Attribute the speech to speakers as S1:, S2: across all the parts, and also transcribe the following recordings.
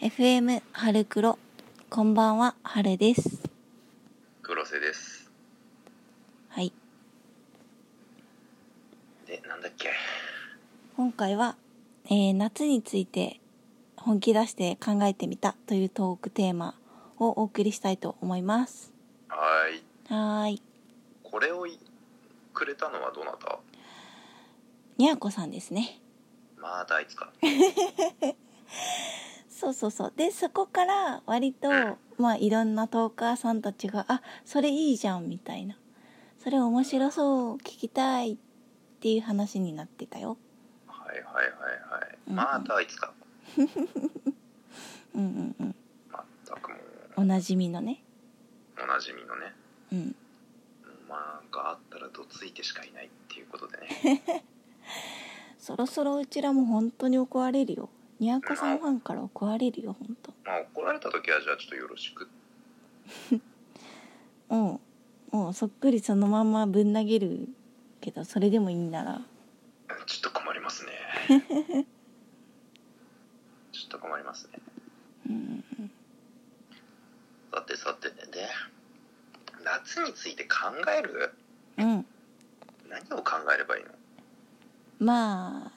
S1: FM 春黒こんばんは春です
S2: 黒瀬です
S1: はい
S2: でなんだっけ
S1: 今回は、えー夏について本気出して考えてみたというトークテーマをお送りしたいと思います
S2: はーい
S1: はーい
S2: これをいくれたのはどなた
S1: にゃーこさんですね
S2: まだあいつか
S1: そうそうそうでそこから割とまあいろんなトーカーさんたちが「あそれいいじゃん」みたいな「それ面白そう聞きたい」っていう話になってたよ
S2: はいはいはいはい、
S1: うん
S2: まだあいつか
S1: うんうん
S2: まったくもう
S1: うんおなじみのね
S2: おなじみのね
S1: うん
S2: まあなんかあったらどついてしかいないっていうことで ね
S1: そろそろうちらも本当に怒られるよにゃんこさんファンから怒られるよ本
S2: まあ怒られた時はじゃあちょっとよろしく
S1: 当うんもうそっくりそのまんまぶん投げるけどそれでもいいなら
S2: ちょっと困ります ねちょっと困りますね
S1: うん
S2: さてさてで夏について考える
S1: うん
S2: 何を考えればいいの
S1: まあ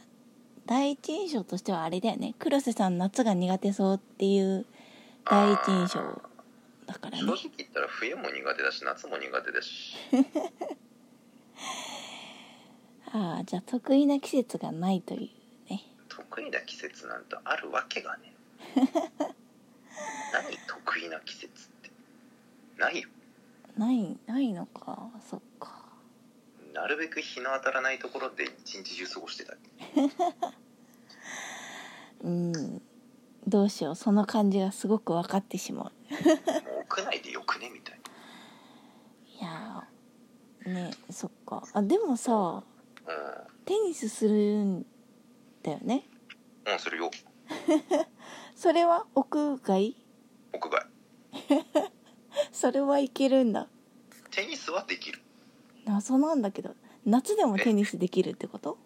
S1: 第一印象としてはあれだよね黒瀬さん夏が苦手そうっていう第一印象
S2: あ
S1: だか
S2: ー
S1: ら
S2: 正
S1: ね
S2: 直言ったら冬も苦手だし夏も苦手だし
S1: ああじゃあ得意な季節がないというね
S2: 得意な季節なんてあるわけが ね何得意な季節ってないよ
S1: ないないのかそっか
S2: なるべく日の当たらないところで一日中過ごしてたい
S1: うんどうしようその感じがすごく分かってしまう
S2: もう屋内でよくねみたい
S1: いやーねそっかあでもさ
S2: な
S1: テニスするんだよね
S2: うん、うん、するよ
S1: それは屋外
S2: 屋外
S1: それはいけるんだ
S2: テニスはできる
S1: 謎なんだけど夏でもテニスできるってこと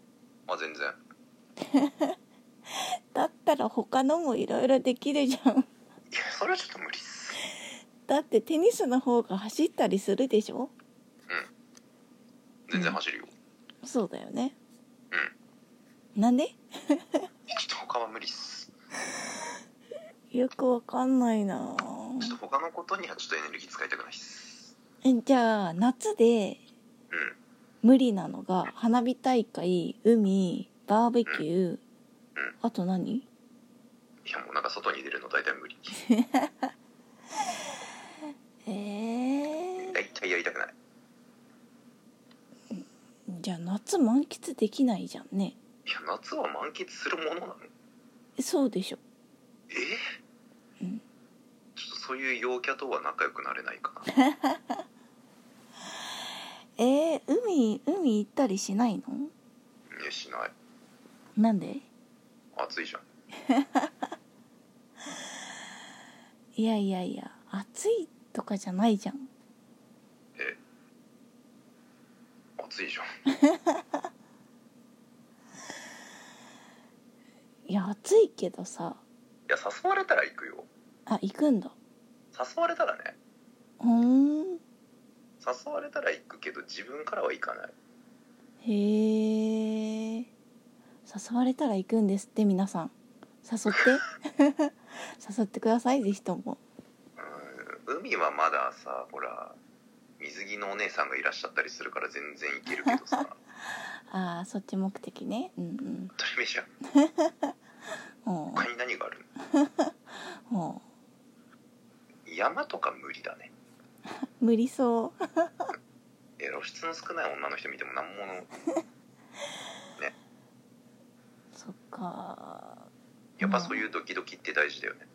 S2: まあ全然
S1: だったら他のもいろいろできるじゃん
S2: いやそれはちょっと無理っす
S1: だってテニスの方が走ったりするでしょ
S2: 全然走るよ、
S1: そうだよねなんで
S2: ちょっと他は無理っす
S1: よくわかんないな
S2: ちょっと他のことにはちょっとエネルギー使いたくないっす
S1: えじゃあ夏で
S2: うん
S1: 無理なのが花火大会海バーベキューあと何
S2: いやもうなんか外に出るの大体無理
S1: えー、
S2: 大体やりたくない
S1: じゃあ夏満喫できないじゃんね
S2: いや夏は満喫するものなの
S1: そうでしょ
S2: え
S1: うん
S2: ちょっとそういう陽キャとは仲良くなれないかな
S1: えー、海海行ったりしないの
S2: いやしない
S1: なんで
S2: 暑いじゃん
S1: いやいやいや暑いとかじゃないじゃん
S2: え暑いじゃん
S1: いや暑いけどさ
S2: いや誘われたら行くよ
S1: あ行くんだ
S2: 誘われたらね
S1: ふーん
S2: 誘われたら行くけど自分からは行かない
S1: へえ誘われたら行くんですって皆さん誘って 誘ってくださいぜひとも
S2: うーん海はまださほら水着のお姉さんがいらっしゃったりするから全然行けるけ どさ
S1: ああそっち目的ねうん
S2: 当たり前じゃん
S1: うんほ
S2: 他に何があるの
S1: うほ
S2: 山とか無理だね
S1: う無理そう
S2: え露出の少ない女の人見ても何もの
S1: そっか
S2: やっぱそういうドキドキって大事だよね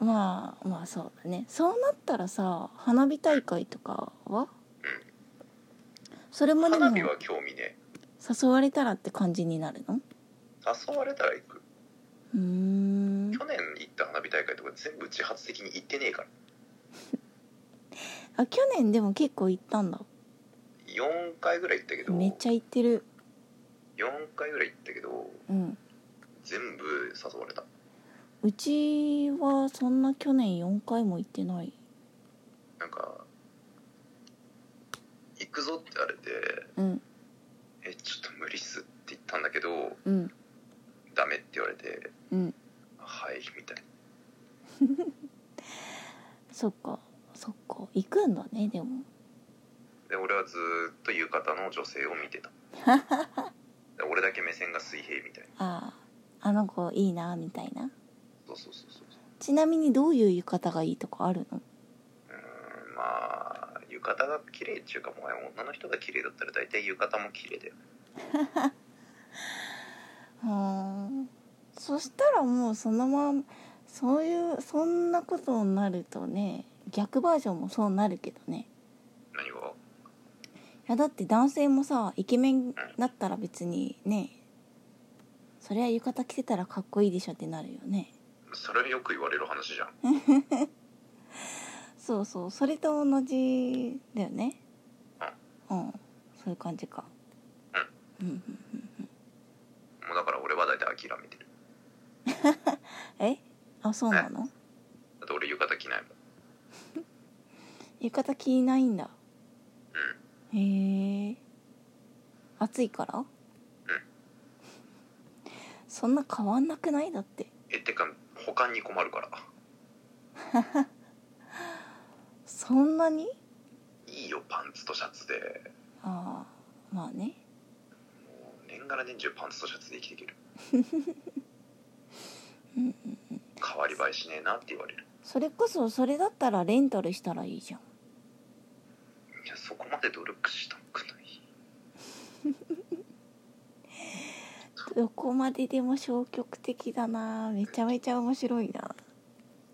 S1: まあまあそうだねそうなったらさ花火大会とかはそれもでも
S2: 花火は興味ね
S1: 誘われたらって感じになるの
S2: 誘われたら行く
S1: うーん
S2: 去年行った花火大会とか全部自発的に行ってねえから
S1: あ去年でも結構行ったんだ
S2: 4回ぐらい行ったけど
S1: めっちゃ行ってる
S2: 4回ぐらい行ったけど
S1: うん
S2: 全部誘われた
S1: うちはそんな去年4回も行ってない
S2: なんか「行くぞ」って言われて
S1: うん
S2: 「えちょっと無理っす」って言ったんだけど
S1: うん
S2: 「ダメ」って言われて
S1: うん
S2: 「はい」みたいな
S1: そっかそっか行くんだねでも
S2: で俺はずーっと浴衣の女性を見てたで俺だけ目線が水平みたいな
S1: あああの子いいなみたいな
S2: そうそうそうそう
S1: ちなみにどういう浴衣がいいとかあるの
S2: うーんまあ浴衣が綺麗っていうかもう女の人が綺麗だったら大体浴衣も綺麗だよね
S1: うーんそしたらもうそのままそういうそんなことになるとね逆バージョンもそうなるけどね
S2: 何が
S1: いやだって男性もさイケメンだったら別にねそりゃ浴衣着てたらかっこいいでしょってなるよね
S2: それはよく言われる話じゃん
S1: そうそうそれと同じだよねうんそういう感じかうんうん
S2: もうだから俺は大体諦めてる
S1: うんえあそうなの
S2: だって俺浴衣着ないもん
S1: 浴衣着ないんだへえ暑いからそんな変わんなくないだって
S2: えてか保管に困るから
S1: そんなに
S2: いいよパンツとシャツで
S1: ああまあね
S2: もう年がら年中パンツとシャツで生きてい ける
S1: うんうん
S2: 変わり映えしねえなって言われる
S1: それこそそれだったらレンタルしたらいいじゃん
S2: いやそこまで努力したくない
S1: どこまででも消極的だなめちゃめちゃ面白いな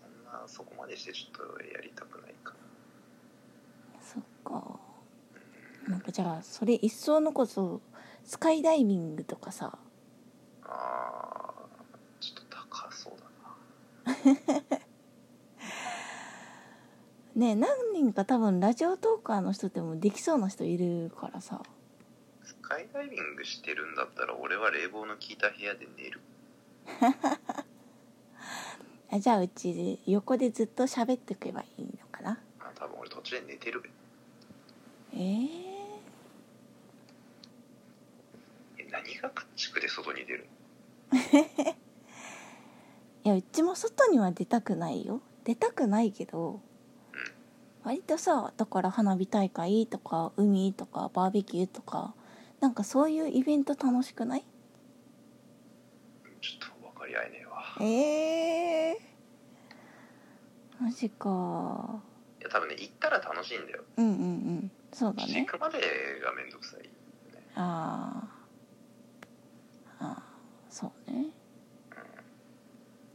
S2: そんなそこまでしてちょっとやりたくないか
S1: そっかなんかじゃあそれ一層のこそスカイダイビングとかさ
S2: あーちょっと高そうだな
S1: ねえ何人か多分ラジオトーカーの人でもできそうな人いるからさ
S2: スカイダイビングしてるんだったら俺は冷房の効いた部屋で寝る
S1: あじゃあうち横でずっと喋ってけばいいのかな
S2: あ多分俺途中で寝てる
S1: えー、
S2: え何が家畜で外に出る
S1: いやうちも外には出たくないよ出たくないけど割とさだから花火大会とか海とかバーベキューとかなんかそういうイベント楽しくない
S2: のちょっと分かり合えねえわ
S1: ええマジか
S2: いや多分ね行ったら楽しいんだよ
S1: うんうんうんそうだ
S2: 行
S1: ね
S2: くまでがめんどくさい
S1: あーあーそうね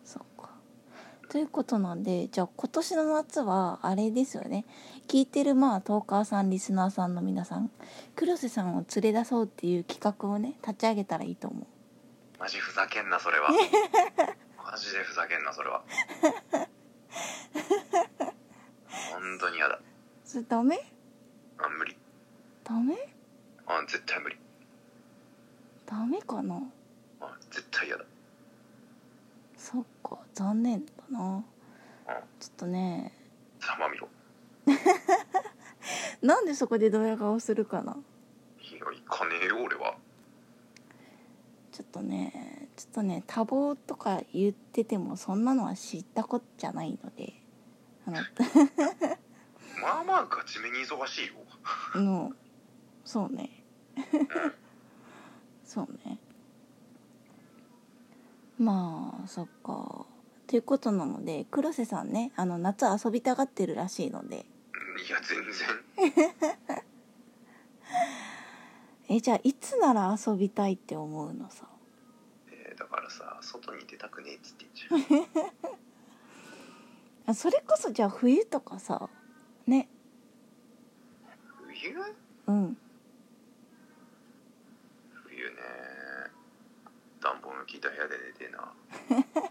S1: そっかということなんでじゃあ今年の夏はあれですよね聞いてるまあトーカーさんリスナーさんの皆さん黒瀬さんを連れ出そうっていう企画をね立ち上げたらいいと思う
S2: マジふざけんなそれはマジでふざけんなそれは本当に嫌だ
S1: それダメ
S2: あ無理
S1: ダメ
S2: あ絶対無理
S1: ダメかな
S2: あ絶対嫌だ
S1: そっか残念だなちょっとね
S2: ざまみろ
S1: なんでそこでドヤ顔するかない
S2: や行かねえよ俺は
S1: ちょっとねちょっとね多忙とか言っててもそんなのは知ったこっちゃないのであの
S2: まあまあガチめに忙しいよ
S1: のそうね そうねまあそっかということなので黒瀬さんねあの夏遊びたがってるらしいので
S2: うんいや全然
S1: えじゃあいつなら遊びたいって思うのさ
S2: えーだからさ外に出たくねえっつって言っち
S1: あそれこそじゃあ冬とかさね
S2: ゃう冬
S1: うん
S2: 冬ね暖房の効いた部屋で寝てえな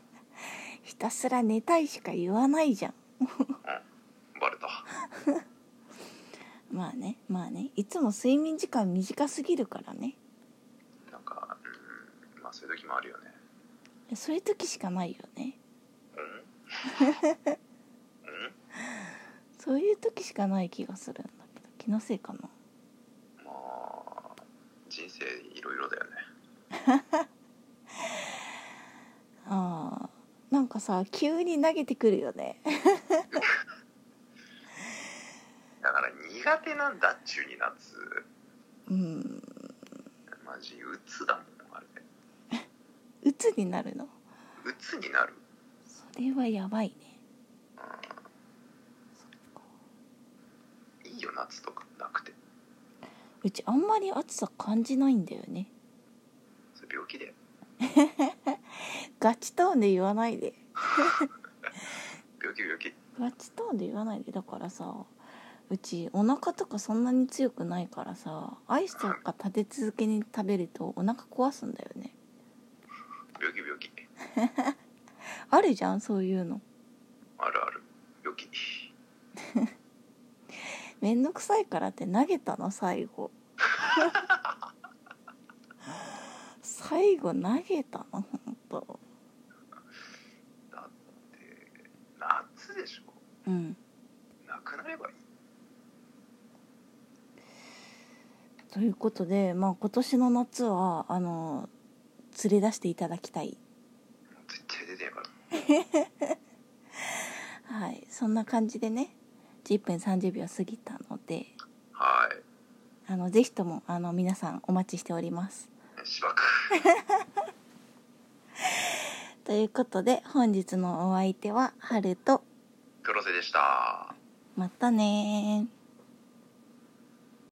S1: ひたすら寝たいしか言わないじゃん
S2: バレた
S1: まあねまあねいつも睡眠時間短すぎるからね
S2: なんかうんまあそういう時もあるよね
S1: そういう時しかないよね
S2: うんう
S1: そういう時しかない気がするんだけど気のせいかなん
S2: まあ人生いろいろだよね
S1: あーなんかさ急に投げてくるよね
S2: だから苦手なんだっちゅうになつ
S1: うん
S2: マジうつだもんあれ
S1: 鬱になるの
S2: うつになる
S1: それはやばいね
S2: いいよ夏とかなくて
S1: うちあんまり暑さ感じないんだよね
S2: それ病気だよ
S1: ガチトーンで言わないで
S2: 病気病気
S1: ガチトーンで言わないでだからさうちお腹とかそんなに強くないからさアイスとか立て続けに食べるとお腹壊すんだよね
S2: 病気病気
S1: あるじゃんそういうの
S2: あるある病気
S1: めんどくさいからって投げたの最後最後投げたのほんと
S2: だって夏でしょ
S1: うん
S2: なくなればいい
S1: ということでまあ今年の夏はあの連れ出していただきたい
S2: もう絶対出てやから
S1: はいそんな感じでね10分30秒過ぎたので
S2: はい
S1: あのぜひともあの皆さんお待ちしております
S2: しばく
S1: ということで本日のお相手は春と
S2: 黒瀬でした
S1: またねー